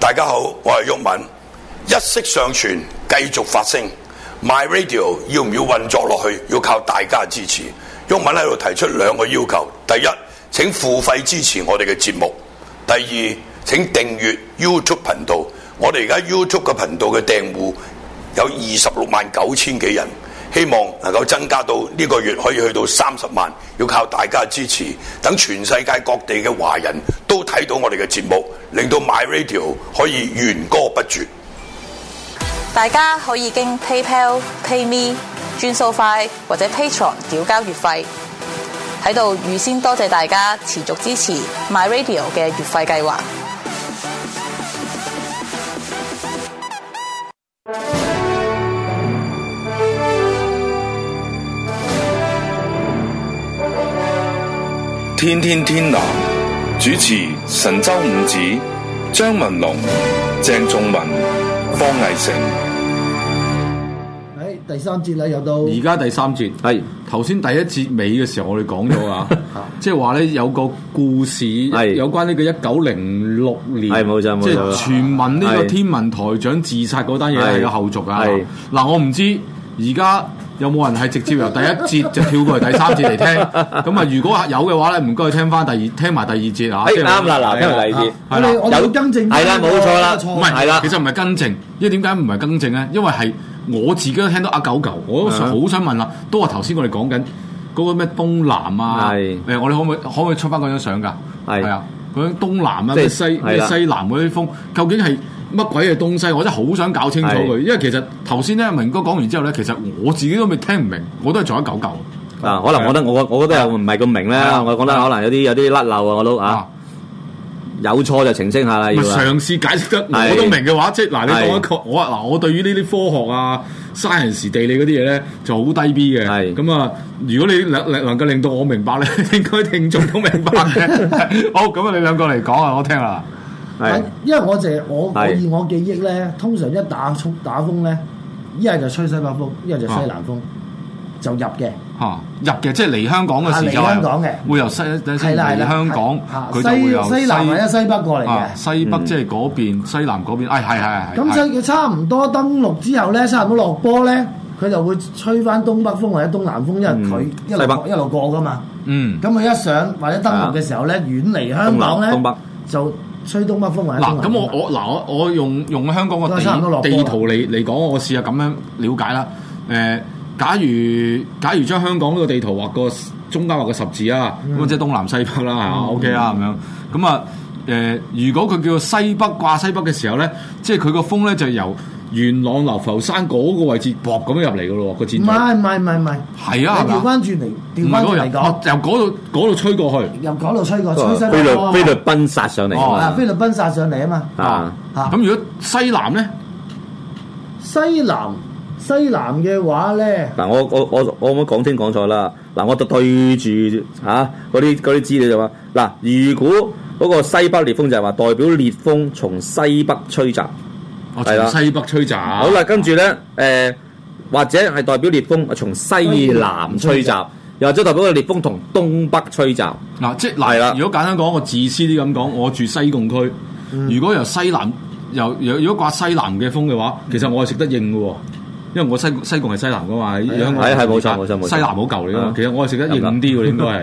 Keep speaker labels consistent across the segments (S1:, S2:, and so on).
S1: 大家好，我係毓民，一息尚存，繼續發聲。My Radio 要唔要運作落去，要靠大家支持。毓民喺度提出兩個要求：第一，請付費支持我哋嘅節目；第二，請訂閱 YouTube 頻道。我哋而家 YouTube 嘅頻道嘅訂户有二十六萬九千幾人，希望能夠增加到呢個月可以去到三十萬，要靠大家支持，等全世界各地嘅華人都睇到我哋嘅節目，令到 My Radio 可以源歌不絕。
S2: 大家可以經 PayPal、PayMe、轉數快或者 Patreon 繳交月費。喺度預先多謝大家持續支持 My Radio 嘅月費計劃。
S3: 天天天南主持神州五子張文龍、鄭仲文、方毅成。
S4: 喺第三節啦，又到
S5: 而家第三節
S6: 係哎
S5: 頭先第一節尾嘅時候，我哋講咗 啊，即係話咧有個故事
S6: 係
S5: 有關呢個一九零六年，
S6: 係冇錯冇錯
S5: 即係傳聞呢個
S6: 係
S5: 天文台長自殺嗰單嘢
S6: 係
S5: 係個後續啊
S6: 係。
S5: 嗱，我唔知而家。有冇人係直接由第一節就跳過嚟第三節 嚟聽？咁啊，如果有嘅話咧，唔該聽翻第二，聽埋第二節啊。
S6: 哎
S5: 即係
S6: 啱啦嗱
S5: 係啊
S6: 聽埋第二節
S4: 我
S5: 係啦
S4: 哋我哋要更正
S6: 係啦冇錯啦
S4: 錯
S5: 唔
S4: 誤
S5: 係，
S6: 係啦
S5: 其實唔係更正，因為點解唔係更正咧？因為係我自己都聽到阿九九，我都
S6: 啊
S5: 想好想問啦，都話頭先我哋講緊嗰個咩東南啊，
S6: 係
S5: 誒，我哋可唔可以可唔可以出翻嗰張相㗎？
S6: 係
S5: 係啊，嗰張東南啊，
S6: 即係
S5: 咩西
S6: 係
S5: 咩
S6: 啦
S5: 西南嗰啲風，究竟係乜鬼嘅東西？我真係好想搞清楚佢，
S6: 係
S5: 因為其實頭先咧明哥講完之後咧，其實我自己都未聽唔明，我都係做一九九。
S6: 啊，可能我覺得我我覺得又唔係咁明咧
S5: 係啊，
S6: 我覺得可能有啲有啲甩漏啊，我都啊
S5: 啊
S6: 有錯就澄清下啦，
S5: 咪
S6: 要啊
S5: 嘗試解釋得
S6: 係
S5: 我都明嘅話，即係嗱，你
S6: 係
S5: 講一個我嗱，我對於呢啲科學啊、science 地理嗰啲嘢咧就好低 B 嘅。
S6: 係
S5: 咁啊，如果你能能能夠令到我明白咧， 應該聽眾都明白 嘅。好，咁啊，你兩個嚟講啊，我聽啦。
S6: 係
S4: 係因為我就係我我
S6: 係
S4: 以我記憶咧，通常一打沖打風咧，一係就吹西北風，一係就西南
S5: 啊
S4: 風，就入嘅。
S5: 嚇入嘅，即係嚟香港嘅時就
S4: 啊嚟香港嘅
S5: 會由西等
S4: 係
S5: 先
S4: 啦係
S5: 嚟
S4: 啦，
S5: 香港
S4: 啊，
S5: 佢就會由
S4: 西西南或者西北過嚟
S5: 啊
S4: 嘅。嗯
S5: 西北即係嗰邊西南嗰邊，哎係係係。
S4: 咁所以佢差唔多登陸之後咧，差唔多落波咧，佢就會吹翻東北風或者東南風，因為佢一路
S6: 西北
S4: 過一路過噶嘛。
S5: 嗯。
S4: 咁佢一上或者登陸嘅時候咧，遠離香港咧，
S6: 東北東北
S4: 就吹東北風或者東
S5: 啊嗱，
S4: 南
S5: 咁我
S4: 風
S5: 我嗱我我用用香港個
S4: 都係差唔多落
S5: 地
S4: 波
S5: 地圖嚟嚟講，我試下咁樣了解啦。誒、假如假如將香港呢個地圖畫個中間畫個十字啊，
S4: 嗯
S5: 咁、即係東南西北啦，係嘛？OK 啦，咁樣咁啊誒，如果佢叫做西北掛西北嘅時候咧，即係佢個風咧就由元朗流浮山嗰個位置薄咁樣入嚟嘅咯喎，個箭
S4: 唔
S5: 嘴
S4: 係唔係唔係唔係，
S5: 係啊，係
S4: 你調
S5: 嘛？
S4: 翻轉嚟，
S5: 唔
S4: 調
S5: 係
S4: 翻
S5: 嗰個
S4: 轉
S5: 人
S4: 嚟
S5: 哦
S4: 講，
S5: 由嗰度嗰度吹過去
S4: 由嗰度吹過，吹西
S6: 菲
S4: 北
S6: 律
S4: 風
S6: 菲律賓殺上嚟
S5: 哦
S4: 啊，
S6: 啊
S4: 菲律賓殺上嚟啊嘛，
S6: 嘛啊，
S4: 嚇
S5: 咁如果西南咧，
S4: 西南西南嘅話咧，
S6: 嗱，我我我我冇講清講錯啦。嗱，我就對住嚇嗰啲嗰啲資料就話，嗱，如果嗰個西北烈風就係話代表烈風從西北吹襲，
S5: 我
S6: 係啦
S5: 從哦西北吹襲。
S6: 好啦，跟住咧誒，呃或者係代表烈風從西南吹襲，又或者代表個烈風同東北吹襲，
S5: 嗱、即係
S6: 係啦
S5: 嗱，如果簡單講，我自私啲咁講，我住西貢區，
S6: 嗯
S5: 如果由西南由由如果刮西南嘅風嘅話，其實我係食得應嘅喎。因為我西西貢係西南噶嘛，香港
S6: 係係冇錯冇錯冇錯
S5: 西南好舊嚟噶嘛
S6: 啊，
S5: 其實我係食得應啲嘅應該係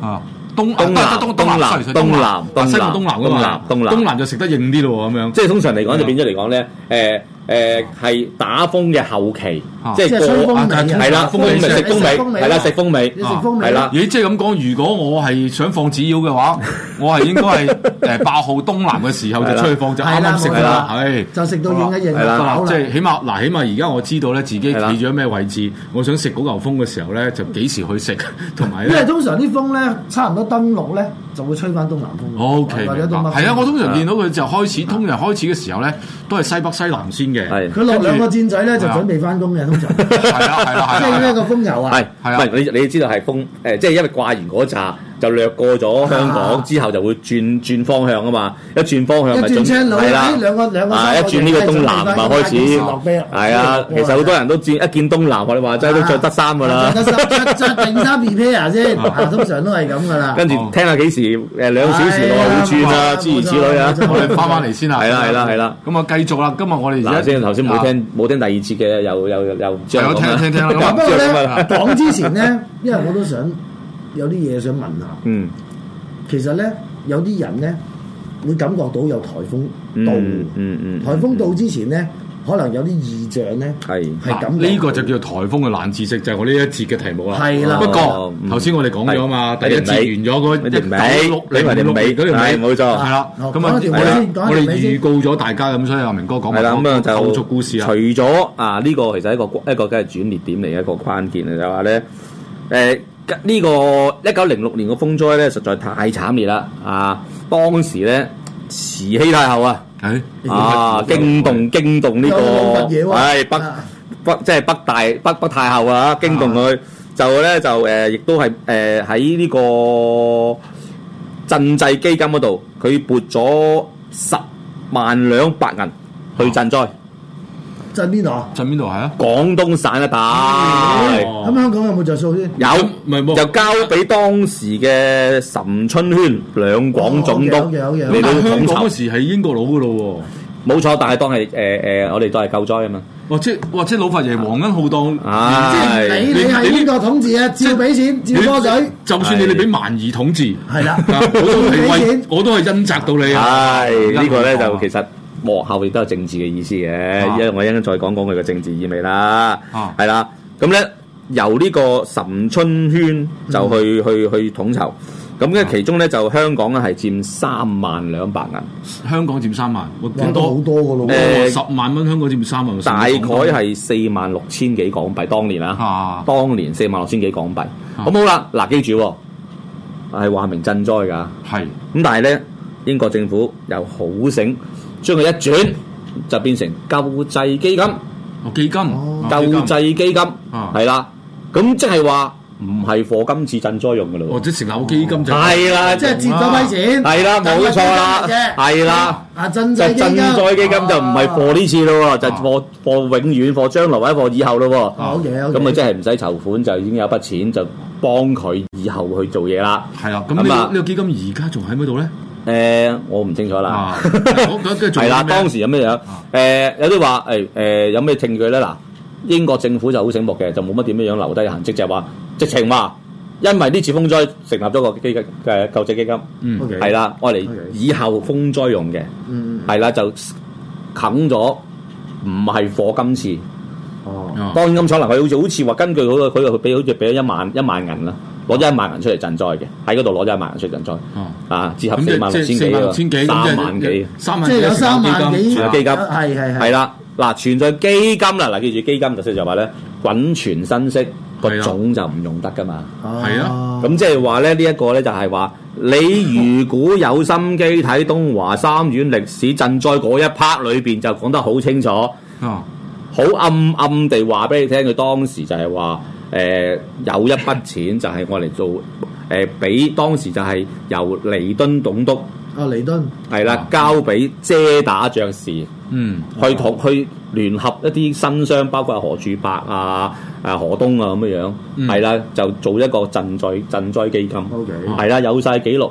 S5: 啊東
S6: 東南
S5: 啊東東
S6: 東南
S5: sorry，sorry，
S6: 東南
S5: 啊西貢
S6: 東南
S5: 東南噶嘛，
S6: 東南東南
S5: 東南就食得應啲咯喎咁樣，
S6: 即係通常嚟講就變咗嚟講咧，誒誒係打風嘅後期
S5: 啊，
S6: 即
S4: 即係
S6: 係
S4: 吹
S6: 過
S4: 風
S5: 啊
S4: 尾啊，
S6: 係啦，風
S5: 風
S6: 味
S5: 味
S6: 食
S5: 食
S6: 風
S4: 風
S6: 味
S4: 味
S6: 係啦，食風味
S4: 你食風啊
S6: 係
S4: 味
S6: 啦。
S5: 咦，即係咁講，如果我係想放紙鷂嘅話，我係應該 係誒爆號東南嘅時候就出去放，就啱啱食
S4: 係
S5: 啦
S4: 啦，
S5: 係
S4: 就食到軟一型
S6: 係
S5: 得
S6: 啊啦
S5: 啦
S4: 好，
S5: 即係起碼嗱，起碼而家我知道咧自己企
S6: 係啦
S5: 咗咩位置，我想食嗰嚿風嘅時候 咧，就幾時去食，同埋
S4: 因為
S5: 咧。
S4: 通常啲風咧，差唔多登陸咧，就會吹翻東南風。
S5: O K，
S4: 或者
S5: 明白
S4: 東北風。
S5: 係啊，我通常見到佢就開始，通常開始嘅時候咧，都係西北西南先嘅。
S6: 啊係
S4: 佢落兩個箭嘴咧，就
S5: 係啊
S4: 準備翻工嘅，通常。即
S5: 係啦，係啦，係啦
S4: 係呢
S5: 係啦。
S4: 個風油啊，
S6: 係
S5: 係啊
S6: 唔係你你知道係風誒，即係因為掛完嗰扎就掠過咗香港
S4: 啊
S6: 之後就會轉轉方向啊嘛，一轉方向咪
S4: 一轉
S6: 準
S4: 車路
S6: 係啦
S4: 咦，兩個兩個
S6: 啊一
S4: 山
S6: 轉呢個
S4: 我哋
S6: 東
S4: 真係
S6: 南
S4: 準備
S6: 咪
S4: 返
S6: 開始
S4: 一落啤啦
S6: 係啊，其
S4: 一落啤啦
S6: 實好多人都見一見東南，我哋話齋都着得衫噶啦
S4: 着。得衫着着定衫 prepare 先，啊通常都係咁噶啦。
S6: 跟住聽下幾時誒兩小時內會轉啊，
S4: 係啊
S6: 諸如此類啊
S4: 冇。錯冇錯
S5: 我哋翻翻嚟先啦，啊
S6: 係啦係啦係啦。
S5: 咁啊，繼續啦，今日我哋而家
S6: 嗱，先頭先冇
S5: 啊，
S6: 聽冇聽第二節嘅，又又又又
S5: 係我聽聽聽啦咁啊
S4: 不過咧
S6: 咁啊
S4: 講之前咧，因為我都想有啲嘢想問下，
S6: 嗯
S4: 其實咧有啲人咧會感覺到有颱風到，
S6: 嗯嗯嗯，
S4: 颱風到之前咧，可能有啲異象咧
S6: 係
S4: 係
S5: 嗱
S4: 咁
S5: 啊呢個就叫颱風嘅冷知識，就係我呢一節嘅題目啦。
S4: 係啦
S5: 不過
S6: 哦嗯
S5: 頭先我哋講咗嘛，第
S6: 係
S5: 一節完咗嗰
S6: 嗰條尾
S5: 六
S6: 俾埋條尾
S5: 嗰條尾
S6: 係冇錯
S5: 係啦。
S4: 好
S5: 咁啊，
S4: 講一條
S5: 我
S4: 尾先講
S5: 哋
S4: 一條
S5: 我哋
S4: 尾先
S5: 預告咗大家咁，所以阿明哥講
S6: 係
S5: 埋
S6: 啦，咁啊
S5: 個
S6: 就
S5: 構築故事啊
S6: 除。咗啊呢個其實係一個一個梗係轉捩點嚟嘅一個關鍵嚟就係話咧誒。呢個一九零六年嘅風災咧，實在太慘烈啦！啊，當時咧慈禧太后啊，
S5: 誒
S6: 啊驚動驚動呢、
S4: 有老佛爺喎
S6: 個，唉北
S4: 啊
S6: 北即係北大北北太后啊，驚動佢就咧就誒，亦都係誒喺呢個賑濟基金嗰度，佢撥咗十萬兩白銀去賑災，
S4: 震邊度啊？
S5: 陣邊度係啊？
S6: 廣東省一帶。
S5: 哦
S4: 咁香港有冇着數先？
S6: 有
S5: 唔係冇
S6: 就交俾當時嘅岑春軒兩廣總督
S4: 哦，OK，OK，OK
S6: 嚟到
S5: 但香
S6: 統
S5: 啊港嗰
S6: 籌，
S5: 時係英國佬噶咯
S6: 冇錯，但係當係誒誒，我哋當係救災啊嘛，
S5: 喎，哇！即係哇！即係老佛爺皇恩浩蕩，
S4: 即
S6: 唉
S4: 係你你係邊個統治啊？照俾錢，照科水，
S5: 就算你哋俾蠻夷統治，
S4: 係啦，
S5: 啊我都係
S4: 俾
S5: 為
S4: 錢，
S5: 我都係恩澤到你啊！
S6: 唉，
S5: 而家
S6: 呢個咧
S5: 冇錯
S6: 就其實幕後亦都有政治嘅意思嘅，因為我一陣間再講講佢嘅政治意味啦
S5: 啊，
S6: 係啦，咁咧由呢個岑春軒就去
S5: 嗯
S6: 去去統籌，咁
S5: 啊
S6: 咧其中咧就香港咧係佔三萬兩白銀，
S5: 香港佔三萬，我
S4: 哇
S5: 咁
S4: 都好
S5: 多
S4: 多㗎咯喎。
S6: 誒
S5: 啊十萬蚊，香港佔三萬，
S6: 大概係四萬六千幾港幣，當年啊
S5: 啊，
S6: 當年四萬六千幾港幣，咁好啦，嗱記住喎，係話明賑災㗎。
S5: 係
S6: 咁但係咧，英國政府又好醒，將佢一轉就變成救濟基金、救
S5: 哦基金，
S4: 哦
S5: 啊基金
S6: 濟基金，
S5: 啊
S6: 係啦。咁即係話唔係貨今次賑災用嘅
S5: 或
S6: 咯
S5: 者哦成立個基金就
S6: 喎，係啦，
S4: 哦即係接咗批錢，
S6: 係啦，冇錯
S4: 賑濟基
S6: 啦
S4: 金嘅，
S6: 係啦。
S4: 啊，賑
S6: 就
S4: 濟基
S6: 賑
S4: 金
S6: 災基金就唔係貨呢次
S4: 哦
S6: 咯喎，就
S5: 啊
S6: 貨貨永遠、貨將來或者貨以後
S4: 啊
S6: 咯喎。
S4: ，OK，OK
S6: 咁啊，即係唔使籌款就已經有筆錢，就幫佢以後去做嘢啦。
S5: 係啦。咁呢個
S6: 咁啊
S5: 呢個基金而家仲喺唔喺度咧？
S6: 誒、我唔清楚啦
S5: 啊。咁咁跟住仲有
S6: 係啦，
S5: 咩啊
S6: 當時有咩樣？誒、有啲話誒誒有咩證據咧？嗱，英國政府就好醒目嘅，就冇乜點樣樣留低嘅痕跡，就係話直情話，因為呢次風災成立咗個基金嘅救濟基金，
S5: 嗯
S4: OK
S6: 係啦，愛嚟
S4: OK
S6: 以後風災用嘅，
S4: 嗯，
S6: 係啦，就啃咗。唔係火今次，
S4: 哦，
S5: 啊
S6: 當然咁可能佢好似好似話根據嗰個佢佢俾好似俾咗一萬一萬銀啦，攞咗一萬銀出嚟賑災嘅，喺嗰度攞咗一萬銀出嚟賑災
S5: 啊
S6: 啊，折合
S5: 咁
S6: 四萬
S5: 即係
S6: 六千
S5: 四
S6: 幾
S5: 萬
S6: 啦
S5: 六千幾，咁即係
S6: 三
S5: 三萬
S6: 萬幾。
S4: 即
S5: 幾
S4: 係有三萬
S5: 成立
S4: 幾，
S5: 基金
S6: 仲有基金
S4: 係係
S6: 係
S4: 係，
S6: 啦，嗱，存在基金啦，嗱，記住基金就即係話咧，滾存新息個
S5: 係啦
S6: 種就唔用得噶嘛。
S4: ờ,
S5: 係啊
S6: 咁即係話咧，呢一個咧就係話，你如果有心機睇東華三院歷史賑災嗰一 part 裏邊，就講得好清楚，
S5: 啊
S6: 好暗暗地話俾你聽，佢當時就係話，誒、有一筆錢就係我嚟做，誒、俾當時就係由彌敦總督
S4: 啊，彌敦，
S6: 係
S4: 啊
S6: 啦，交俾遮打將士。
S5: 嗯
S6: 去同去聯合一啲新商，包括何柱伯啊、啊何東啊咁樣樣，
S5: 嗯
S6: 係啦、就做一個賑災賑災基金，
S4: OK
S6: 係啦，有晒記錄，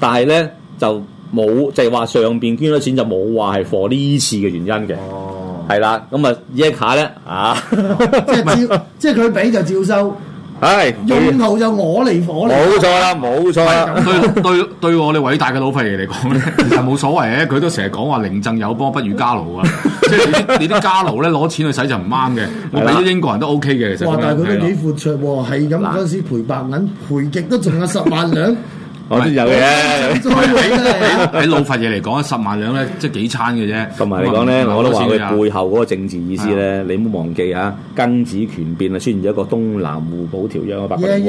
S6: 但係咧就冇就係話上邊捐咗錢就冇話係 for 呢次嘅原因嘅，
S4: 哦，
S6: 係啦，咁啊呢一下咧啊，
S4: 即 係照，即係佢俾就照收，
S6: 唉，
S4: 用途就我嚟我嚟，
S6: 冇錯啦，冇錯啦，
S5: 對對對我哋偉大嘅老佛爺嚟講咧，其實冇所謂嘅。佢都成日講話寧贈友邦不與家奴啊， 即係你啲你啲家奴咧攞錢去使就唔啱嘅。我俾咗英國人都 OK 嘅，其實
S4: 哇！
S5: 咁樣
S4: 但係佢
S5: 係啊
S4: 都
S5: 啦
S4: 幾闊綽喎，係咁嗰陣時賠白銀賠極都仲有十萬兩，
S6: 我都有
S4: 再賠
S6: 嘅。
S5: Dạ,
S4: 真係
S5: 喺老佛爺嚟講，十萬兩咧即係幾餐嘅啫。
S6: 同埋嚟講咧，
S5: 咁啊
S6: 我都話佢
S5: 唔
S6: 背後嗰個政治意思咧，你唔好忘記啊！庚子權變啊，出現咗一個東南互保條約嘅
S4: Dạ,
S6: 八國聯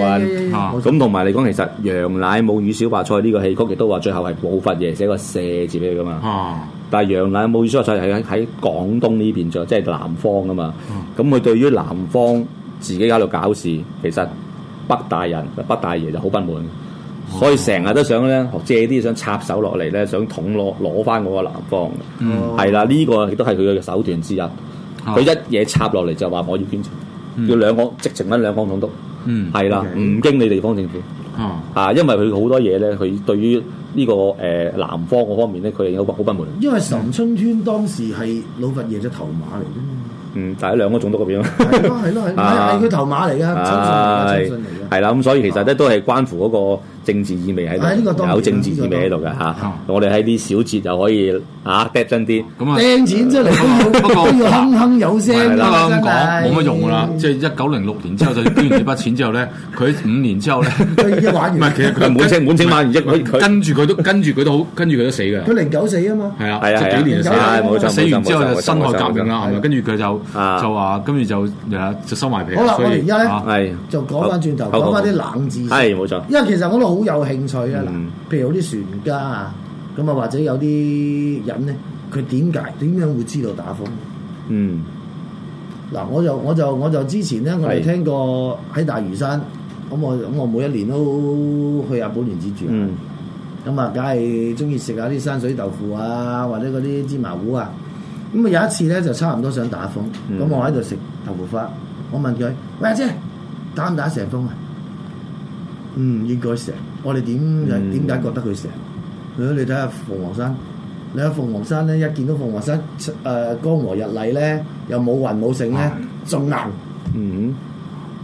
S6: 軍。
S5: 啊
S4: 冇錯
S6: 咁同埋嚟講，其實楊乃武與小白菜呢個戲曲亦都話最後係冇佛爺寫個射字俾佢噶嘛。
S5: 啊
S6: 但係楊乃武與小白菜係喺喺廣東呢邊做，即係南方啊嘛。咁佢對於南方自己喺度搞事，其實北大人北大爺就好不滿。所以成日都想咧學借啲嘢想插手落嚟咧，想捅攞攞翻嗰個南方嘅，係啦、呢個亦都係佢嘅手段之一。佢一嘢插落嚟就話我要捐錢，要兩個直情揾兩方總督，
S5: 嗯
S6: 係啦，唔經理地方政府。
S5: 啊
S6: 啊，因為佢好多嘢咧，佢對於呢、個誒、呃南方嗰方面咧，佢係好不好不滿。
S4: 因為岑春圈當時係老佛爺嘅頭馬嚟啫嘛。
S6: 嗯，但係兩個總督嗰邊
S4: 係咯係 咯係，
S6: 啊
S4: 係係佢頭馬嚟㗎，親
S6: Ờ.
S4: 信嚟㗎，親信嚟㗎。
S6: 係啦，咁所以其實咧都係關乎嗰個政治意味喺
S4: 啊係呢個當
S6: 度，
S4: 然
S6: 有政治意味喺度嘅
S4: 呢個
S6: 嚇。我哋喺啲小節就可以啊 d e 真啲。
S5: 咁啊。
S4: 掟錢出嚟
S5: 不
S4: 都
S5: 過
S4: 要都要哼哼有聲
S5: 係
S4: 㗎
S5: 啦，咁
S4: 真
S5: 講
S4: 係
S5: 冇乜用噶啦，即係一九零六年之後就捐完呢筆錢之後咧，佢五年之後咧，
S4: 佢已經玩完
S5: 唔係其實佢
S6: 佢滿清滿清晚完之後佢佢
S5: 跟住佢都跟住佢都好，跟住佢都死㗎。
S4: 佢零九四啊嘛，
S5: 係啊，
S6: 係啊
S5: 即
S6: 係啊
S5: 係幾年就死啦
S4: 係冇錯
S5: 死
S6: 冇錯
S5: 完之後
S6: 冇錯
S5: 就辛亥革命啦，
S6: 冇錯
S5: 係咪？跟住佢就
S6: 啊
S5: 就話，跟住就誒就收埋皮。
S4: 好啦
S5: 所以
S4: 我哋而家咧
S5: 啊
S6: 係
S4: 就講翻轉頭，
S6: 好好
S4: 講翻啲
S6: 好
S4: 冷知識。
S6: 係冇錯。
S4: 因為其實我都好有興趣啊，嗱、
S6: 嗯
S4: 譬如有啲船家啊，咁啊或者有啲人咧，佢點解點樣會知道打風？
S6: 嗯
S4: 嗱，我就我就我就之前咧，我哋
S6: 係
S4: 聽過喺大嶼山，咁我咁我每一年都去日本原子住，啊
S6: 嗯
S4: 咁啊、梗係中意食下啲山水豆腐啊，或者嗰啲芝麻糊啊。咁啊有一次咧就差唔多想打風，咁、
S6: 嗯
S4: 我喺度食豆腐花，我問佢：喂阿姐，打唔打成風啊？嗯，應該成。我哋點
S6: 嗯
S4: 點解覺得佢成？佢話你睇下鳳凰山，你喺鳳凰山咧，一見到鳳凰山誒、呃江河日麗咧，又冇雲冇剩咧，仲硬。
S6: 嗯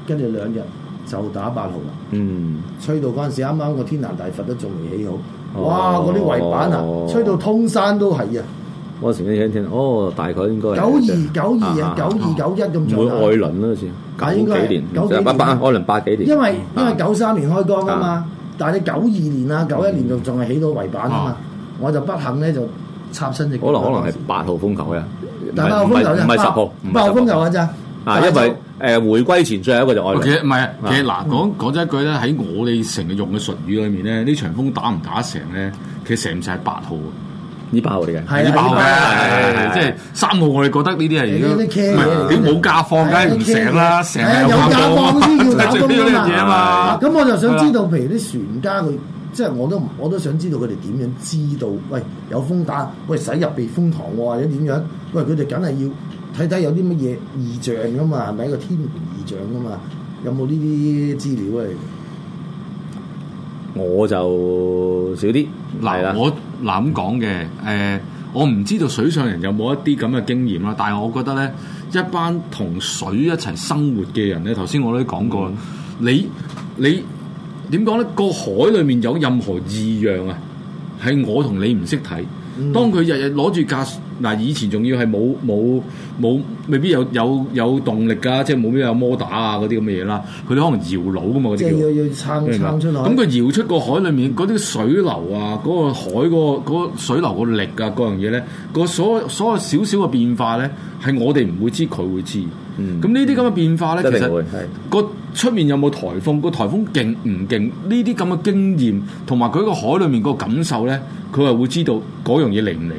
S4: 跟住兩日就打八號啦，
S6: 嗯
S4: 吹到嗰陣時啱啱個天壇大佛都仲未起好，
S6: 哦
S4: 哇！嗰啲圍板
S6: 哦
S4: 啊，吹到通山都係啊，
S6: 我嗰時聽聽，哦，大概應該係
S4: 九二九二啊，九二九一咁
S6: 唔會
S4: 上
S6: 愛
S4: 下。
S6: 倫啦，好似
S4: 啊應該係
S6: 九幾年，
S4: 九幾
S6: 就
S4: 年
S6: 八啊八愛倫八幾年，
S4: 因為因為
S6: 啊
S4: 九三年開光啊嘛
S6: 啊，
S4: 但係你九二年啊九一年就仲係起到圍板啊嘛
S5: 啊，
S4: 我就不幸咧就插身隻腳
S6: 可能可能
S4: 嗰陣
S6: 係
S4: 時
S6: 八號風球嘅，
S4: 但八號風球
S6: 唔係
S4: 啫，
S6: 唔係
S4: 八
S6: 十號，
S4: 八號風球
S6: 啊！
S4: 啊咋？
S6: 啊，
S4: 但係
S6: 因為
S4: 就
S6: 誒回歸前最後一個就愛
S5: 其
S6: 倫，
S5: 實唔係，其實嗱講講真一句咧，喺我哋成日用嘅術語裏面咧，呢場風打唔打成咧，其實成唔晒係八號啊。
S6: 呢八號嚟嘅，
S4: 係啊
S5: 呢八號
S4: 呢八
S6: 號
S5: 嘅，即係三號，我哋覺得呢啲係
S4: 呢啲
S5: 如
S4: care
S5: 果
S4: 嘢
S5: 唔
S4: 嚟
S5: 係
S4: 嘅
S5: 你冇假放，梗係唔成啦，成
S4: 係啊
S5: 日
S4: 有
S5: 假
S4: 假放先叫打
S5: 就係
S4: 風
S5: 呢樣嘢
S4: 啊
S5: 啊
S4: 嘛
S5: 嘛。。
S4: 咁我就想知
S5: 係啦，
S4: 道，譬如啲船家佢，即係我都唔我都想知道佢哋點樣知道，喂有風打，喂駛入避風塘喎，或者點樣？喂佢哋梗係要睇睇有啲乜嘢異象噶嘛，係咪一個天然異象噶嘛？有冇呢啲資料啊？
S6: 我就少啲，係啦
S5: 嗱，我嗱咁講嘅，誒，我唔知道水上人有冇一啲咁嘅經驗啦，但係我覺得咧，一班同水一齊生活嘅人咧，頭先我都講
S4: 嗯
S5: 過，你你點講咧？個海裡面有任何異樣啊，係我同你唔識睇。
S4: 嗯
S5: 當佢日日攞住架嗱，以前仲要係冇冇冇，未必有有有動力㗎，即係冇咩有摩打啊嗰啲咁嘅嘢啦。佢哋可能搖櫓㗎嘛，嗰啲
S4: 即係
S5: 叫
S4: 要要撐
S5: 明白
S4: 撐出來。
S5: 嗯咁佢搖出個海裡面嗰啲水流啊，嗰、個海嗰、個嗰個水流個力啊，嗰樣嘢咧，個所所有少少嘅變化咧，係我哋唔會知，佢會知。
S6: 嗯
S5: 咁呢啲咁嘅變化咧，
S6: 一
S5: 其
S6: 定會
S5: 實
S6: 係
S5: 個出面有冇颱風，個颱風勁唔勁，呢啲咁嘅經驗同埋佢個海裡面個感受咧，佢係會知道嗰樣嘢嚟唔嚟。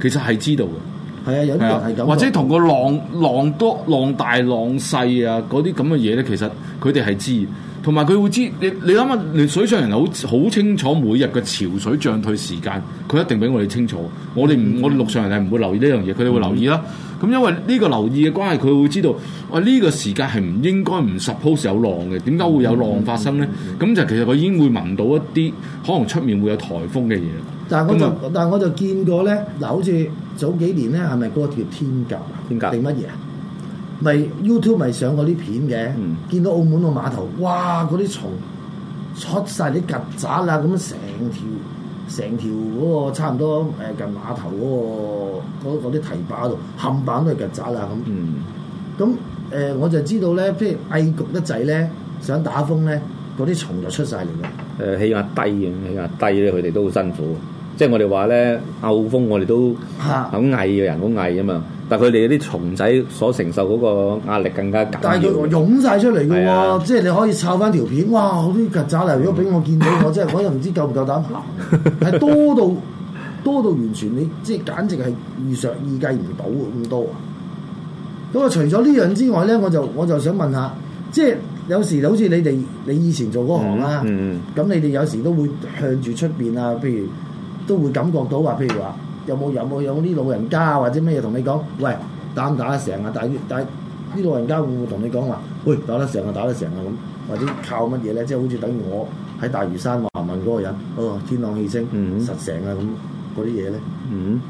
S5: 其實係知道嘅。
S4: 係啊，有啲
S5: 係
S4: 人
S5: 啊
S4: 係咁，
S5: 或者同個浪浪多浪大浪細啊嗰啲咁嘅嘢咧，其實佢哋係知，同埋佢會知你你諗下，你水上人好好清楚每日嘅潮水漲退時間，佢一定比我哋清楚。我哋
S4: 嗯
S5: 唔我哋陸上人係唔會留意呢樣嘢，佢哋會留意啦。咁因為呢個留意嘅關係，佢會知道啊呢、個時間係唔應該唔 suppose 有浪嘅，點解會有浪發生咧？
S4: 嗯
S5: 咁就其實佢已經會聞到一啲可能出面會有颱風嘅嘢啦。
S4: 但係我就
S5: 咁啊
S4: 但係我就見過咧，嗱，好似早幾年咧，係咪嗰個叫天鴿啊？
S6: 天鴿
S4: 定乜嘢啊？咪 YouTube 咪上過啲片嘅，
S6: 嗯
S4: 見到澳門個碼頭，哇！嗰啲蟲出晒啲曱甴啦，咁成條成條嗰個差唔多誒近碼頭嗰、個嗰嗰啲堤壩度，冚棒都係曱甴啦咁。
S6: 嗯
S4: 咁誒、呃我就知道咧，譬如翳焗得滯咧，想打風咧，嗰啲蟲就出晒嚟啦。
S6: 誒氣壓低嘅，氣壓低咧，佢哋都好辛苦。即係我哋話咧，漚風我哋都
S4: 嚇
S6: 好翳嘅人，好翳啊嘛。但係佢哋啲蟲仔所承受嗰個壓力更加緊
S4: 但係佢
S6: 要。
S4: 湧晒出嚟嘅
S6: 係啊
S4: 喎，即係你可以抄翻條片，哇！好啲曱甴嚟，如果俾我見到，我 真係我又唔知夠唔夠膽行，係多到多到完全你即係簡直係預想預計唔到咁多啊！咁啊，除咗呢樣之外咧，我就我就想問下，即係有時好似你哋你以前做嗰行啦，咁、
S6: 嗯
S4: 你哋有時都會向住出邊啊，譬如都會感覺到話，譬如話有冇有冇有冇啲老人家或者乜嘢同你講，喂打唔打得成啊？但係但係啲老人家會唔會同你講話，喂打得成啊，打得成啊咁，或者靠乜嘢咧？即係好似等於我喺大嶼山話問嗰個人，哦天朗氣清，
S6: 嗯
S4: 實成啊咁嗰啲嘢咧，
S6: 嗯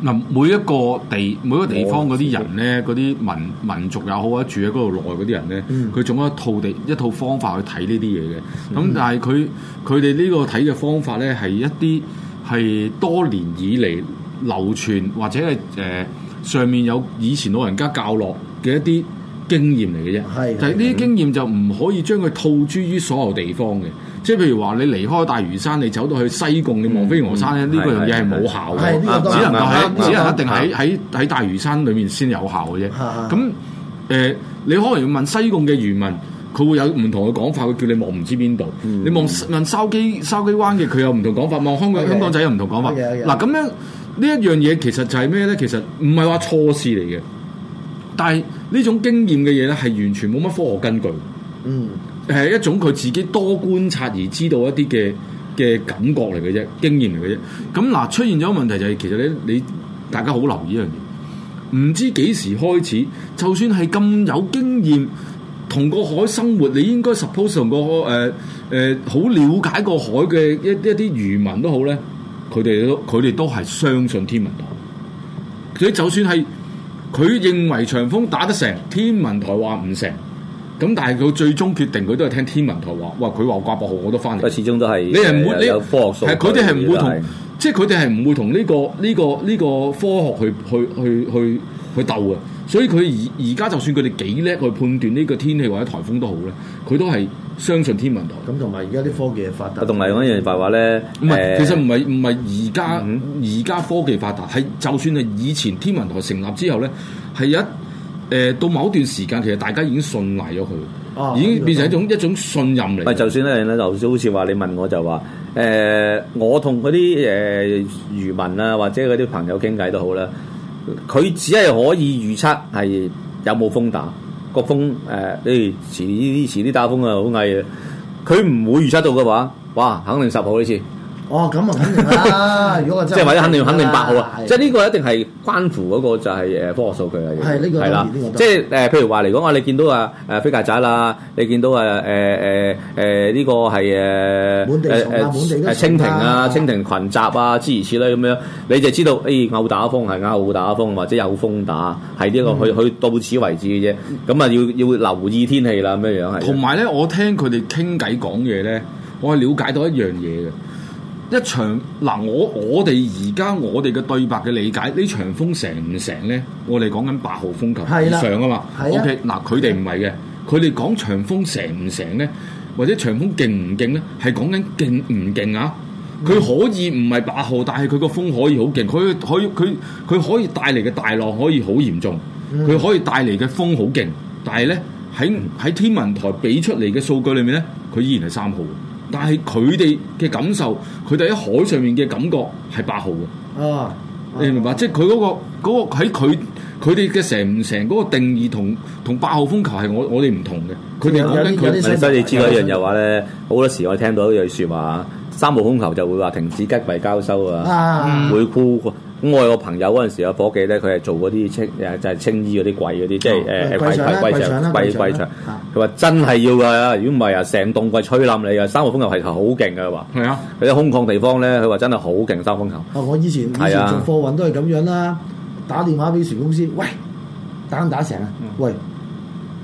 S5: 嗱，每一個地每一個地方嗰啲人咧，嗰啲民民族又好或者住喺嗰度耐嗰啲人咧，
S4: 嗯
S5: 佢仲有一套地一套方法去睇呢啲嘢嘅。咁、但係佢佢哋呢個睇嘅方法咧，係一啲係多年以嚟流傳或者係誒、呃上面有以前老人家教落嘅一啲經驗嚟嘅啫。
S4: 係
S5: 就係呢啲經驗就唔可以將佢套諸於所有地方嘅。即係譬如話，你離開大嶼山，你走到去西貢嘅望飛鵝山咧，
S6: 嗯
S5: 呢個樣嘢係冇效嘅。
S4: 係呢個
S6: 啊
S5: 只能夠
S4: 啱啱
S5: 喺，只能一定
S6: 啱
S5: 喺喺喺大嶼山裏面先有效嘅啫。
S4: 嚇
S5: 咁誒、你可能要問西貢嘅漁民，佢會有唔同嘅講法，佢叫你望唔知邊度。你望問筲箕筲箕灣嘅，佢有唔同講法；望香港
S4: Okay
S5: 香港仔有唔同講法。
S4: Okay，okay
S5: 嗱咁樣呢一樣嘢其實就係咩咧？其實唔係話錯事嚟嘅，但係呢種經驗嘅嘢咧係完全冇乜科學根據。
S4: 嗯
S5: 係一種佢自己多觀察而知道一啲嘅嘅感覺嚟嘅啫，經驗嚟嘅啫。咁嗱，出現咗問題就係、其實咧，你大家好留意一樣嘢，唔知幾時開始，就算係咁有經驗。同個海生活，你應該 suppose 同個誒誒好了解個海嘅一一啲漁民都好咧，佢哋都佢哋都係相信天文台。佢就算係佢認為長風打得成，天文台話唔成，咁但係佢最終決定佢都係聽天文台話。哇！佢話掛博號我都翻嚟
S6: 不啊過。始終都係
S5: 你係唔
S6: 有
S5: 會你
S6: 有科學數據
S5: 係佢哋係唔會
S6: 係
S5: 同，即係佢哋係唔會同呢、個呢、個呢、個科學去去去去去鬥嘅。所以佢而而家就算佢哋幾叻去判斷呢個天氣或者颱風都好咧，佢都係相信天文台。
S4: 咁同埋而家啲科技係發達，
S6: 嗯啊同埋嗰樣嘢話咧，
S5: 唔係，
S6: 誒
S5: 其實唔係唔係而家而家科技發達，係就算係以前天文台成立之後咧，係有一誒、呃到某一段時間，其實大家已經信賴咗佢，
S4: 啊
S5: 已經變成一種一種信任嚟
S6: 唔係，
S5: 嘅。
S6: 就算咧，頭先好似話你問我就話，誒、我同嗰啲誒漁民啊，或者嗰啲朋友傾偈都好啦，佢只係可以預測係有冇風打，個風誒，誒、遲啲遲啲打風啊，好翳啊，佢唔會預測到嘅話，哇，肯定十號呢次。
S4: 哦咁啊肯定 啦，如果我
S6: 即
S4: 真
S6: 係或者肯定肯定八號啊！即係
S4: 係
S6: 呢個一定係關乎嗰個就係誒呃科學數據啦。已經
S4: 係呢個當
S6: 係啦
S4: 然呢個，
S6: 即
S4: 當
S6: 係誒譬如話嚟講啊，你見到啊誒飛曱甴啦，你見到啊誒誒誒呃呢個
S4: 滿地蟲啊
S6: 呃係
S4: 滿地
S6: 誒誒
S4: 都
S6: 誒
S4: 蟲
S6: 蜻蜓啊、
S4: 啊
S6: 蜻蜓群集啊諸如此類咁樣，你就知道誒偶打風係偶打風或者有風打係呢個去
S4: 嗯
S6: 去到此為止嘅啫。咁啊要要留意天氣啦咁樣樣
S4: 啊
S6: 係。
S5: 同埋咧，我聽佢哋傾偈講嘢咧，我係了解到一樣嘢嘅。一場嗱，我我哋而家我哋嘅對白嘅理解，呢場風成唔成咧？我哋講緊八號風球以
S4: 係啦
S5: 上啊嘛。
S4: 係啊
S5: O K，嗱，佢哋唔係嘅，佢哋講長風成唔成咧，或者長風勁唔勁咧，係講緊勁唔勁啊？佢可以唔係八號，但係佢個風可以好勁，佢可以佢佢可以帶嚟嘅大浪可以好嚴重，佢可以帶嚟嘅風好勁，但係咧喺喺天文台俾出嚟嘅數據裏面咧，佢依然係三號嘅。但係佢哋嘅感受，佢哋喺海上面嘅感覺係八號嘅。
S4: 啊，
S5: 你明唔明白？即係佢嗰個嗰、個喺佢佢哋嘅成唔成嗰個定義同同八號風球係我我哋唔同嘅。佢哋講緊
S4: 有啲
S5: 佢
S4: 有啲
S6: 所以你知道一樣嘢話咧，好多時我聽到一句説話，三號風球就會話停止吉幣交收啊
S4: 啊，
S6: 會箍。咁我有個朋友嗰陣時有伙計咧，佢係做嗰啲清誒就係青衣嗰啲櫃嗰啲，即係誒誒
S4: 櫃場啦
S6: 櫃
S4: 櫃場啦櫃
S6: 櫃
S4: 場啦
S6: 櫃場
S4: 啊。
S6: 佢話真係要㗎，如果唔係啊，成棟櫃吹冧你啊！三號風球係好勁㗎，佢話
S5: 係啊，
S6: 佢啲空曠地方咧，佢話真係好勁三號風球。
S4: 啊！我以前以前
S6: 係啊
S4: 做貨運都係咁樣啦，打電話俾船公司，喂，打唔打成啊？
S6: 嗯
S4: 喂，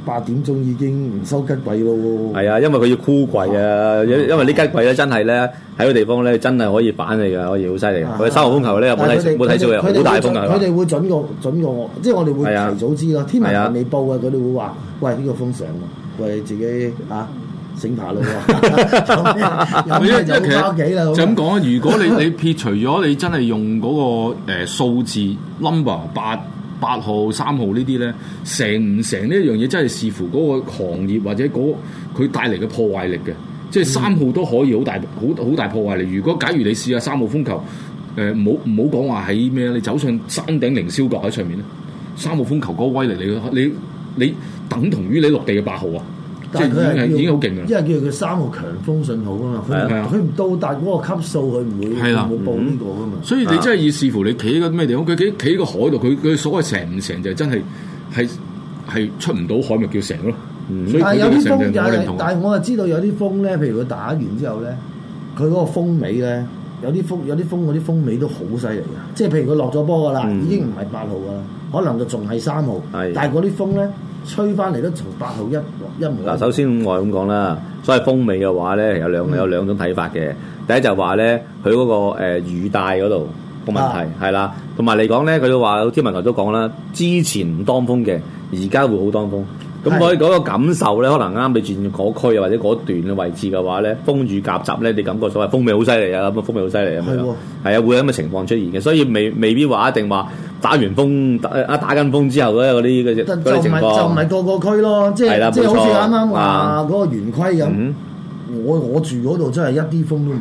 S4: 八點鐘已經唔收吉櫃咯喎。
S6: 係啊，因為佢要箍櫃啊，因因為呢間櫃咧真係咧喺個地方咧真係可以反你㗎，可以好犀利㗎。啊佢三號風球咧有冇
S4: 啊但係
S6: 睇
S4: 佢哋
S6: 冇睇少
S4: 佢哋
S6: 嘅，好大風㗎。
S4: 佢哋會準過準過我，即係我哋
S6: 係啊
S4: 會提早知咯。天文
S6: 係啊
S4: 台未報啊，佢哋會話：喂，呢個風上喎，喂自己啊醒爬咯 喎，有咩
S5: 因為因為
S4: 啊就
S5: 其
S4: 翻屋企啦。
S5: 實就咁講啊，如果你你 撇除咗你真係用嗰、個誒、呃數字 number 八八號三號呢啲咧，成唔成呢一樣嘢真係視乎嗰個行業或者嗰佢帶嚟嘅破壞力嘅。
S4: 嗯
S5: 即係三號都可以好大好好大破壞力。如果假如你試下三號風球，誒唔好唔好講話喺咩啊，你走上山頂凌霄閣喺上面咧，三號風球嗰個威力你你你等同於你落地嘅八號啊！即係
S4: 但
S5: 已
S4: 係佢係
S5: 經係已經好勁㗎啦。
S4: 因為叫佢三個強風信號啊嘛，佢唔
S5: 係啊
S4: 佢唔到達嗰個級數，佢唔會
S5: 係啦
S4: 唔會報呢個噶嘛。
S5: 所以
S6: 啊
S5: 你真係要視乎你企喺個咩地方，佢企企喺個海度，佢佢所謂成唔成就係真係係係出唔到海咪叫成咯。
S6: 嗯
S5: 所以
S4: 但係
S5: 佢
S4: 啊有
S5: 哋
S4: 啲
S5: 嘅成
S4: 風
S5: 就
S4: 就
S5: 我哋唔
S4: 係
S5: 同，。
S4: 但係我就知道有啲風咧，譬如佢打完之後咧，佢嗰個風尾咧，有啲風有啲風嗰啲風尾都好犀利嘅，即係譬如佢落咗波噶啦，
S6: 嗯
S4: 已經唔係八號噶啦，可能佢仲係三號，
S6: 係
S4: 但係嗰啲風咧吹翻嚟都同八號一一模一樣。
S6: 嗱，首先我係咁講啦，所謂風味嘅話咧，有兩
S4: 嗯
S6: 有兩種睇法嘅。第一就係話咧，佢嗰、個、呃、雨帶嗰度個問
S4: 啊
S6: 題係啦，同埋嚟講咧，佢都話天文台都講啦，之前唔當風嘅，而家會好當風。咁
S4: 係
S6: 所以嗰個感受咧，可能啱你轉嗰區啊，或者嗰段嘅位置嘅話咧，風雨夾雜咧，你感覺所謂風味好犀利啊，咁啊風味好犀利咁
S4: 係
S6: 樣
S4: 喎，
S6: 係啊，會有咁嘅情況出現嘅，所以未未必話一定話打完風打啊打緊風之後咧嗰啲嗰
S4: 但
S6: 啲
S4: 就
S6: 嗰啲
S4: 唔
S6: 情
S4: 係就唔
S6: 況
S4: 係。個個區咯，即
S6: 係啦
S4: 係即係好似
S6: 冇錯
S4: 啱啱話嗰
S6: 啊
S4: 個圓規咁，
S6: 嗯
S4: 我我住嗰度真係一啲風都冇。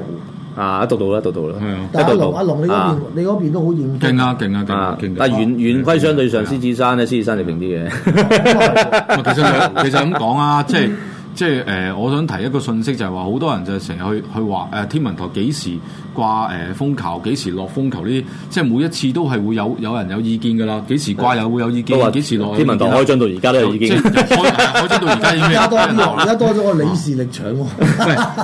S6: 啊，讀到啦，讀到啦，
S5: 係啊
S4: 但係阿
S6: 一讀到
S4: 龍阿龍，你嗰邊
S6: 啊
S4: 你嗰邊都好厭
S5: 勁啊勁啊勁啊
S6: 啊
S5: 勁啊！
S6: 但係遠遠
S5: 係
S6: 規
S5: 啊
S6: 相對上
S5: 係啊
S6: 獅子山咧，獅子山就平啲嘅，
S5: 唔係 其實兩其實咁講啊，即係即係誒、呃我想提一個信息就係話，好多人就成日去去話誒、呃天文台幾時掛誒、呃、風球，幾時落風球呢啲，即係每一次都係會有有人有意見㗎啦，幾時掛又會有意
S6: 都話
S5: 見，幾時落有
S6: 天文台
S5: 意見啦
S6: 開張到而家都有意
S5: 即
S6: 見
S5: 係。由開係開張到而家已 經啊
S4: 而家多啲喎，而家
S5: 係
S4: 多咗個李氏力場喎。
S5: 唔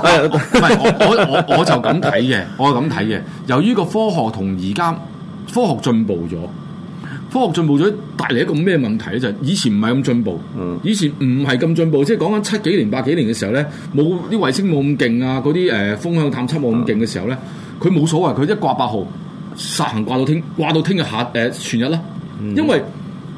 S5: 係我我我我就咁睇嘅，我就咁睇嘅。由於個科學同而家科學進步咗，科學進步咗帶嚟一個咩問題咧？就係、以前唔係咁進步，
S6: 嗯
S5: 以前唔係咁進步，即係講緊七幾年、八幾年嘅時候咧，冇啲衛星冇咁勁啊，嗰啲誒風向探測冇咁勁嘅時候咧，佢冇所謂，佢一掛八號，實行掛到聽掛到聽日下誒、呃全日啦，因為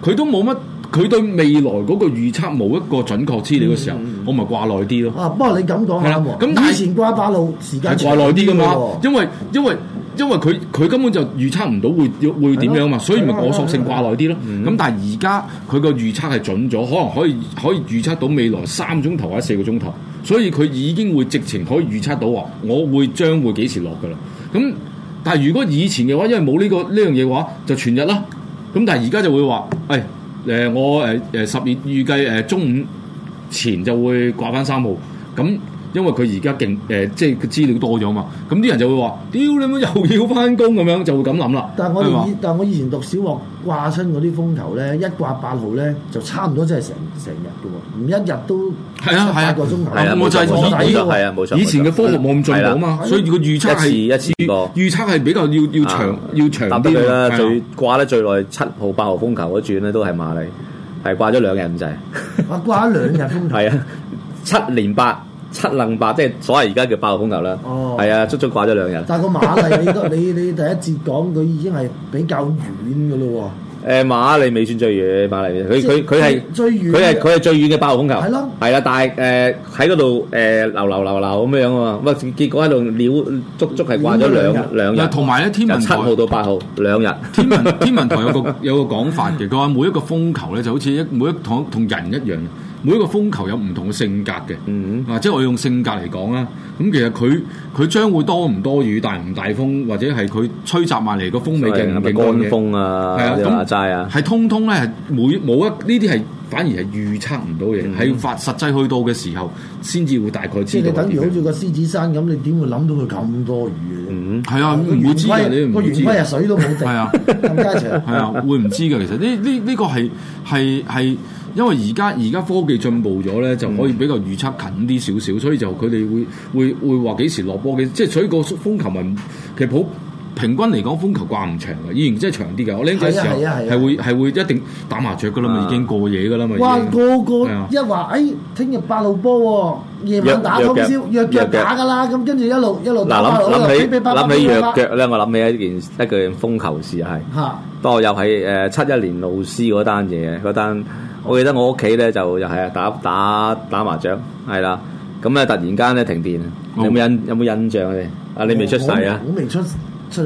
S5: 佢都冇乜。佢對未來嗰個預測冇一個準確資料嘅時候，我咪掛耐啲咯。
S4: 啊，不過你咁講
S5: 係啦
S4: 啱喎。
S5: 咁但係
S4: 以前掛八路時間
S5: 係
S4: 長
S5: 掛耐啲噶
S4: 嘅
S5: 嘛
S4: 喎，
S5: 因為因為因為佢佢根本就預測唔到會要會點樣嘛，
S4: 係咯
S5: 所以咪
S4: 係咯
S5: 我索性
S4: 係咯
S5: 掛耐啲咯。咁但係而家佢個預測係準咗，可能可以可以預測到未來三鐘頭或者四個鐘頭，所以佢已經會直情可以預測到話，我會將會幾時落噶啦。咁但係如果以前嘅話，因為冇呢個呢樣嘢嘅話，就全日啦。咁但係而家就會話，誒、哎、誒、我誒誒十月預計誒、中午前就會掛翻三號。咁因為佢而家勁誒，即係佢資料多咗嘛，咁啲人就會話：屌你媽又要翻工咁樣，就會咁諗啦。
S4: 但係我
S5: 係嘛
S4: 哋以但係我以前讀小學掛親嗰啲風球咧，一掛八號咧就差唔多真係成成日嘅喎，唔一日都七
S5: 係啊係
S4: 八
S5: 啊
S4: 個鐘頭。
S6: 係啊
S5: 我就係
S6: 冇錯
S5: 以
S6: 冇錯係啊冇錯
S5: 以前嘅科學冇咁進步啊嘛
S4: 係，啦
S5: 所以個預測係
S6: 一次一次
S5: 預
S6: 過
S5: 預測係比較要要長
S6: 啊
S5: 要長
S6: 答得
S5: 啲
S6: 佢
S5: 啊
S6: 啦，
S5: 係啊
S6: 最掛得最耐七號八號風球嗰轉咧，都係馬利，係掛咗兩日 咁滯。
S4: 啊，掛咗兩日風球。
S6: 係啊，七連八七能八，即係所謂而家叫八號風球啦。
S4: 哦
S6: 係啊，足足掛咗兩日。
S4: 但係個馬麗，你都你你第一節講佢已經係比較遠嘅咯
S6: 誒馬利未算最遠，馬利
S4: 喎。
S6: 佢佢佢係。
S4: 最最遠
S6: 佢係
S4: 嘅。
S6: 佢係最遠嘅八號風球，
S4: 係咯
S6: 係啦，但係誒喺嗰度誒流流流流咁樣啊嘛，喂，結果喺度撩足足係掛咗
S4: 撩咗
S6: 兩兩
S5: 嗱
S6: 日，
S5: 同埋咧天文
S6: 由七
S5: 台
S6: 號到八號兩日，
S5: 天文 天文台有個有個講法嘅，佢話每一個風球咧就好似一每一同同人一樣，每一個風球有唔同嘅性格嘅。
S6: 嗯
S5: 啊，即係我用性格嚟講啦。咁其實佢佢將會多唔多雨、大唔大風，或者係佢吹襲埋嚟個風尾勁唔勁
S6: 咪
S5: 嗰樣
S6: 乾
S5: 嘢
S6: 風啊，
S5: 係啊
S6: 你話
S5: 咁
S6: 齋啊，
S5: 係通通咧係每冇一呢啲係反而係預測唔到
S6: 嗯
S5: 嘅，係要發實際去到嘅時候先至會大概
S4: 即
S5: 知
S4: 係你
S5: 道係
S4: 等於
S5: 點
S4: 好
S5: 樣。
S4: 似個獅子山咁，你點會諗到佢咁多魚嘅啫？
S6: 嗯，
S5: 係啊，
S4: 個
S5: 唔會知嘅，你唔
S4: 個
S5: 會
S4: 圓
S5: 知
S4: 規
S5: 嘅
S4: 啊，。水都冇定，
S5: 係啊
S4: 更加長。
S5: 係啊，會唔知嘅。其實呢呢呢個係係係，因為而家而家科技進步咗咧，就可以比較預測近啲少少，所以就佢哋會會會話幾時落波嘅，即係所以個風球咪唔其實好。平均嚟講，風球掛唔長嘅，以前真係長啲嘅。我僆仔嘅時候
S4: 係啊係啊係啊
S5: 係會係會一定打麻雀噶啦嘛，
S6: 啊
S5: 已經過夜噶啦嘛。
S4: 哇！
S5: 已經
S4: 個個
S5: 係啊
S4: 一話，誒，聽日八路波喎，夜晚打
S6: 約
S4: 通宵，
S6: 約
S4: 約
S6: 嘅
S4: 約
S6: 約嘅
S4: 打㗎啦。咁跟住一路一路打
S6: 嗱
S4: 八
S6: 諗
S4: 路，
S6: 諗
S4: 一路
S6: 起
S4: 噼噼啪啪
S6: 諗起
S4: 噼
S6: 弱
S4: 噼啪啪
S6: 腳咧，我諗起一件一件風球事係。
S4: 嚇，
S6: 不過又係誒呃七一年老師嗰單嘢，嗰單我記得我屋企咧就又係啊打打打麻雀，係啦，咁咧突然間咧停電，啊
S5: 哦
S6: 有冇印有冇印象咧？啊，你未出世啊
S4: 我？我未出出。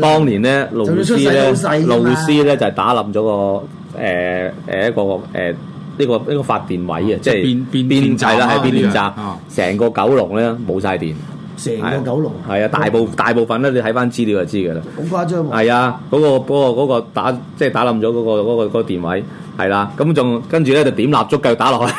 S6: 當年咧老
S4: 就要出
S6: 師
S4: 世
S6: 咧
S4: 好細㗎嘛
S6: 老師咧就係打冧咗個誒誒一個誒。呢個呢個發電位
S4: 哦
S6: 啊，即係
S5: 變變電
S6: 係
S5: 站
S6: 啦，
S5: 啊
S6: 係變電站
S5: 嗰啲啊，
S6: 成個九龍咧冇晒電，
S4: 成個九龍
S6: 係啊，大部大部分咧，你睇翻資料就知㗎啦。
S4: 好誇張喎。
S6: 啊係啊，嗰、個嗰、個嗰個打即係打冧咗嗰個嗰、個嗰個電位，係啦，咁仲跟住咧就點蠟燭繼續打落去。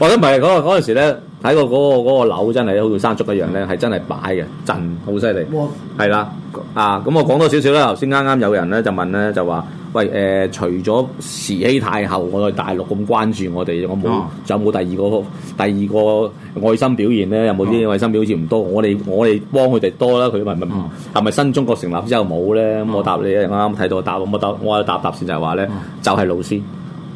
S6: 我覺得唔係嗰個嗰陣時咧，睇過嗰、個嗰、個樓真係好似山竹一樣咧，係真係擺嘅，震好犀利。
S4: 哇！
S6: 係啦，啊，咁我講多少少啦。頭先啱啱有人咧就問咧，就話喂誒、呃除咗慈禧太后，我哋大陸咁關注我哋，我冇
S5: 哦
S6: 仲有冇第二個第二個愛心表現咧？有冇啲愛心表現唔多？我哋我哋幫佢哋多啦。佢問問
S5: 哦
S6: 係咪新中國成立之後冇咧？咁我答你啱啱睇到我答，咁我答我答答先就係話咧
S5: 哦，
S6: 就係老師，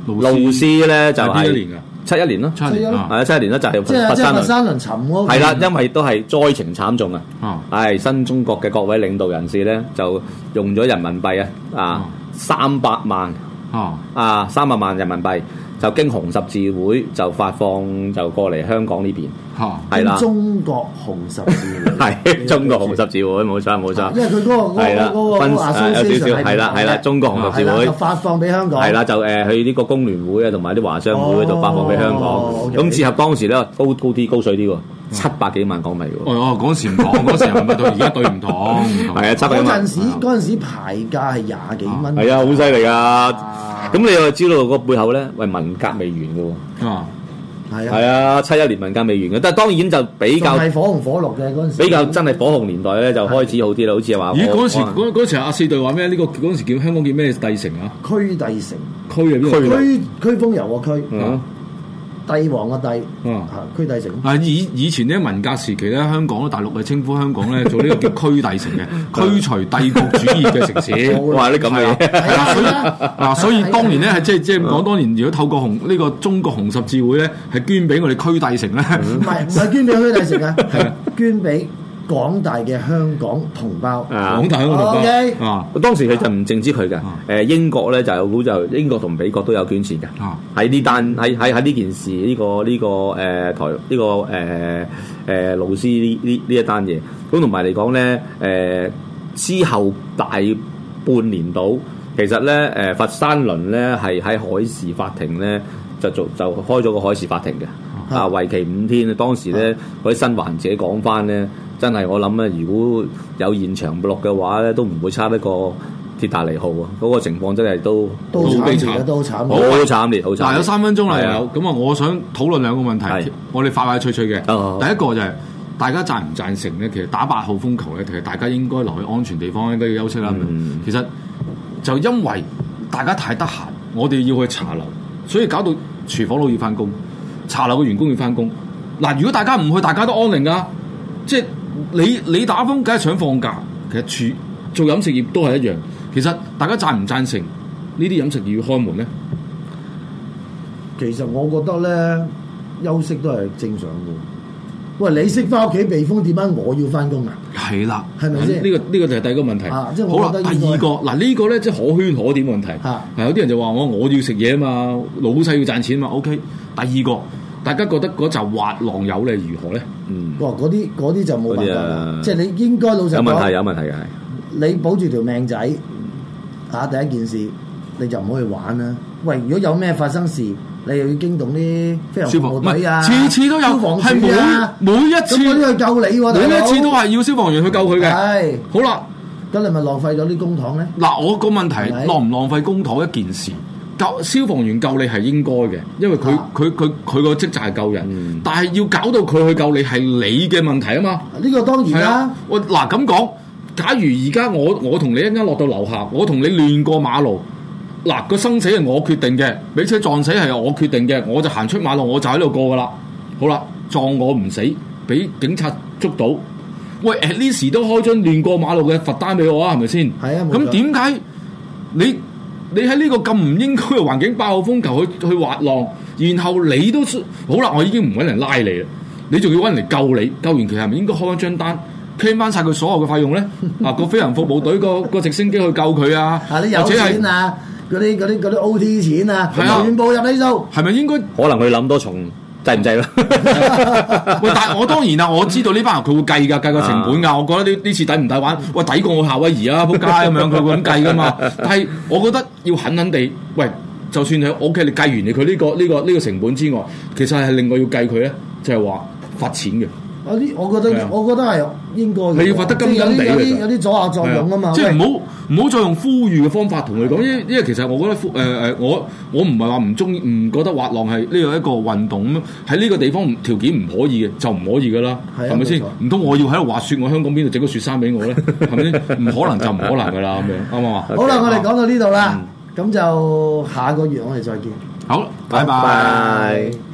S6: 老
S5: 老
S6: 師咧就
S5: 係邊一
S6: 係
S5: 年
S6: 七一年咯，
S5: 㗎？七一年
S6: 係
S5: 啊
S6: 啊七一年啦，就係
S4: 即係
S6: 佛
S4: 即係
S6: 山
S4: 佛
S6: 論
S4: 山輪沉嗰個
S6: 係啦，因為都係災情慘重啊。
S5: 啊！
S6: 係新中國嘅各位領導人士咧，就用咗人民幣啊，啊三百萬
S5: 啊！
S6: 啊三百萬人民幣，就經紅十字會就發放就過嚟香港呢邊，
S5: 嚇！
S6: 係啦，
S4: 中國紅十字會
S6: 係中國紅十字會，冇錯冇錯
S4: 因。為佢嗰個
S6: 係啦
S4: 嗰個嗰個
S6: 分
S4: association
S6: 有少少係啦係啦中國紅十字會
S4: 係啦就發放俾香港
S6: 係啦，就誒去呢個工聯會啊，同埋啲華商會嗰度發放俾香港
S4: 哦。，OK
S6: 咁結合當時咧，高高啲高水啲喎，七百幾萬港幣喎。
S5: 哦哦，嗰時唔同，嗰時人民幣對而家對唔同，
S6: 係啊，七百
S4: 嗰
S6: 幾萬
S4: 陣。時嗰陣時牌價係廿幾蚊，
S6: 係啊，好犀利噶！
S4: 啊
S6: 咁你又知道個背後咧，喂文革未完嘅喎。
S5: 啊！
S4: 係
S6: 係
S4: 啊，
S6: 啊，七一年文革未完嘅，但係當然就
S4: 仲
S6: 比較
S4: 係火紅火綠嘅嗰陣時，
S6: 比較真係火紅年代咧，就開始好啲啦，好似話
S5: 咦？
S6: 啊我
S5: 嗰時嗰嗰時阿四隊話咩？呢個嗰陣時叫香港叫咩帝城 啊？
S4: 區帝城，
S5: 區入邊
S6: 區啊
S4: 區區風油個區，
S6: 嗯
S4: 帝王個帝，
S5: 嗯
S4: 啊區帝城。
S5: 嗱，以以前咧文革時期咧，香港大陸係稱呼香港 咧做呢個叫區帝城 嘅，驅除帝國主義嘅城市。
S6: 哇啲咁嘅嘢，
S5: 係啊， 所以嗱，所以當年咧係即啊嗯係即係講，當年如果透過紅呢個中國紅十字會咧，係捐俾我哋區帝城咧，
S6: 嗯
S4: 唔係唔係捐俾區帝城 啊，係捐俾廣大嘅香港同胞。
S6: 啊
S5: 廣！大香港同
S4: OK
S5: 胞啊
S6: 當時佢就唔淨止佢嘅
S5: 啊，
S6: 誒英國咧就有好就英國同美國都有捐錢嘅，
S5: 啊
S6: 喺呢單喺喺喺呢件事呢個呢個誒台呢個誒誒老師呢呢呢一單嘢，咁同埋嚟講咧誒之後大半年度，其實咧誒佛山輪咧係喺海事法庭咧就做就開咗個海事法庭嘅。啊，為期五天，當時咧嗰啲新患者講翻咧，真係我諗咧，如果有現場錄嘅話咧，都唔會差得過鐵達尼號啊！嗰、個情況真係都
S4: 都
S5: 好悲
S4: 慘
S5: 慘
S4: 嘅，都慘
S6: 好啊
S4: 嘅。
S6: 慘烈，好慘烈。
S5: 嗱，有三分鐘啦，
S6: 係啊
S5: 有咁啊！我想討論兩個問題
S6: 係，哦
S5: 我哋快快脆脆嘅。
S6: 好好好
S5: 第一個就係大家贊唔贊成咧？其實打八號風球咧，其實大家應該留喺安全地方，應該要休息啦。
S6: 嗯
S5: 其實就因為大家太得閒，我哋要去茶樓，所以搞到廚房佬要翻工，茶樓嘅員工要翻工。嗱，如果大家唔去，大家都安寧噶，即係你你打風，梗係想放假。其實廚做飲食業都係一樣。其實大家贊唔贊成呢啲飲食業要開門咧？
S4: 其實我覺得咧，休息都係正常嘅。喂，你識翻屋企避風，點解我要翻工啊？
S5: 係啦，
S4: 係咪先
S5: 呢個呢個就係第一個問題。
S4: 啊即係啊
S5: 好
S4: 我
S5: 啦，
S4: 覺得
S5: 第
S4: 應該
S5: 二個嗱呢個咧即係可圈可點問題。
S4: 嚇
S5: 嗱有啲人就話我我要食嘢啊嘛，老細要賺錢嘛。OK，第二個大家覺得嗰集滑浪友你如何咧？
S6: 嗯
S4: 哇！嗰啲嗰啲就冇辦法
S6: 嗰啲
S4: 啦
S6: 啊，
S4: 即係你應該老實
S6: 有問題，啊
S4: 講，
S6: 有問題嘅係。
S4: 你保住條命仔啊！第一件事你就唔好去玩啦。喂，如果有咩發生事，你又要驚動啲飛行
S5: 消
S4: 服
S5: 防
S4: 務隊啊，
S5: 次次都有，
S4: 消防
S5: 係
S4: 處啊
S5: 每每一次
S4: 咁嗰啲去救你喎，
S5: 每
S4: 大佬
S5: 一次都係要消防員去救佢嘅。
S4: 係，
S5: 好啦，
S4: 咁你咪浪費咗啲公帑咧？
S5: 嗱我個問題
S4: 係咪
S5: 浪唔浪費公帑一件事。救消防員救你係應該嘅，因為佢
S4: 啊
S5: 佢佢佢個職責係救人，
S6: 嗯
S5: 但係要搞到佢去救你係你嘅問題啊嘛。
S4: 呢個當然
S5: 係啊
S4: 啦，，
S5: 我嗱咁講，假如而家我我同你一間落到樓下，我同你亂過馬路，嗱個生死係我決定嘅，俾車撞死係我決定嘅，我就行出馬路我就喺度過噶啦。好啦，撞我唔死，俾警察捉到，喂 at least 都開張亂過馬路嘅罰單俾我啊，係咪先？
S4: 係啊冇錯
S5: 咁點解你你喺呢個咁唔應該嘅環境爆風球去去滑浪，然後你都好啦，我已經唔揾人拉你啦，你仲要揾人嚟救你，救完佢係咪應該開一張單？claim 翻晒佢所有嘅費用咧，啊個飛行服務隊個個直升機去救佢啊，
S4: 啊啲
S5: 或
S4: 有
S5: 者
S4: 錢
S5: 係
S4: 啊，嗰啲嗰啲嗰啲 O T 錢啊，
S5: 係啊
S4: 全部入你數。
S5: 係咪應該？
S6: 可能佢諗多重，制唔制啦？
S5: 喂，但係我當然啦，啊我知道呢班人佢會計㗎，計個成本㗎。我覺得呢呢次抵唔抵玩？喂，抵過我夏威夷啊，仆街咁樣，佢會咁計㗎嘛。但係我覺得要狠狠地，喂，就算係 OK，你計完你佢呢個呢個呢個成本之外，其實係另外要計佢咧，就係話罰錢嘅。
S4: 有啲我覺
S5: 係
S4: 得
S5: 啊
S4: 我覺得係應該嘅
S5: 你要發得金
S4: 即係有啲
S5: 金地
S4: 有
S5: 嘅
S4: 啲
S5: 啫
S4: 有啲阻嚇作用啊嘛，
S5: 即係唔
S4: 喂
S5: 好唔好再用呼籲嘅方法同佢講，因為因為其實我覺得呼誒誒、我我唔係話唔中意，唔覺得滑浪係呢個一個運動咁樣，喺呢個地方唔條件唔可以嘅就唔可以噶啦，
S4: 係啊
S5: 係咪先
S4: 冇？
S5: 唔通我要喺度滑雪，我香港邊度整個雪山俾我咧？係咪先？唔可能就唔可能噶啦，咁樣啱唔啱啊？
S4: 好啦，我哋講到呢度啦，咁就下個月我哋再見。
S5: 好，拜
S6: 拜
S5: 拜。
S6: 拜。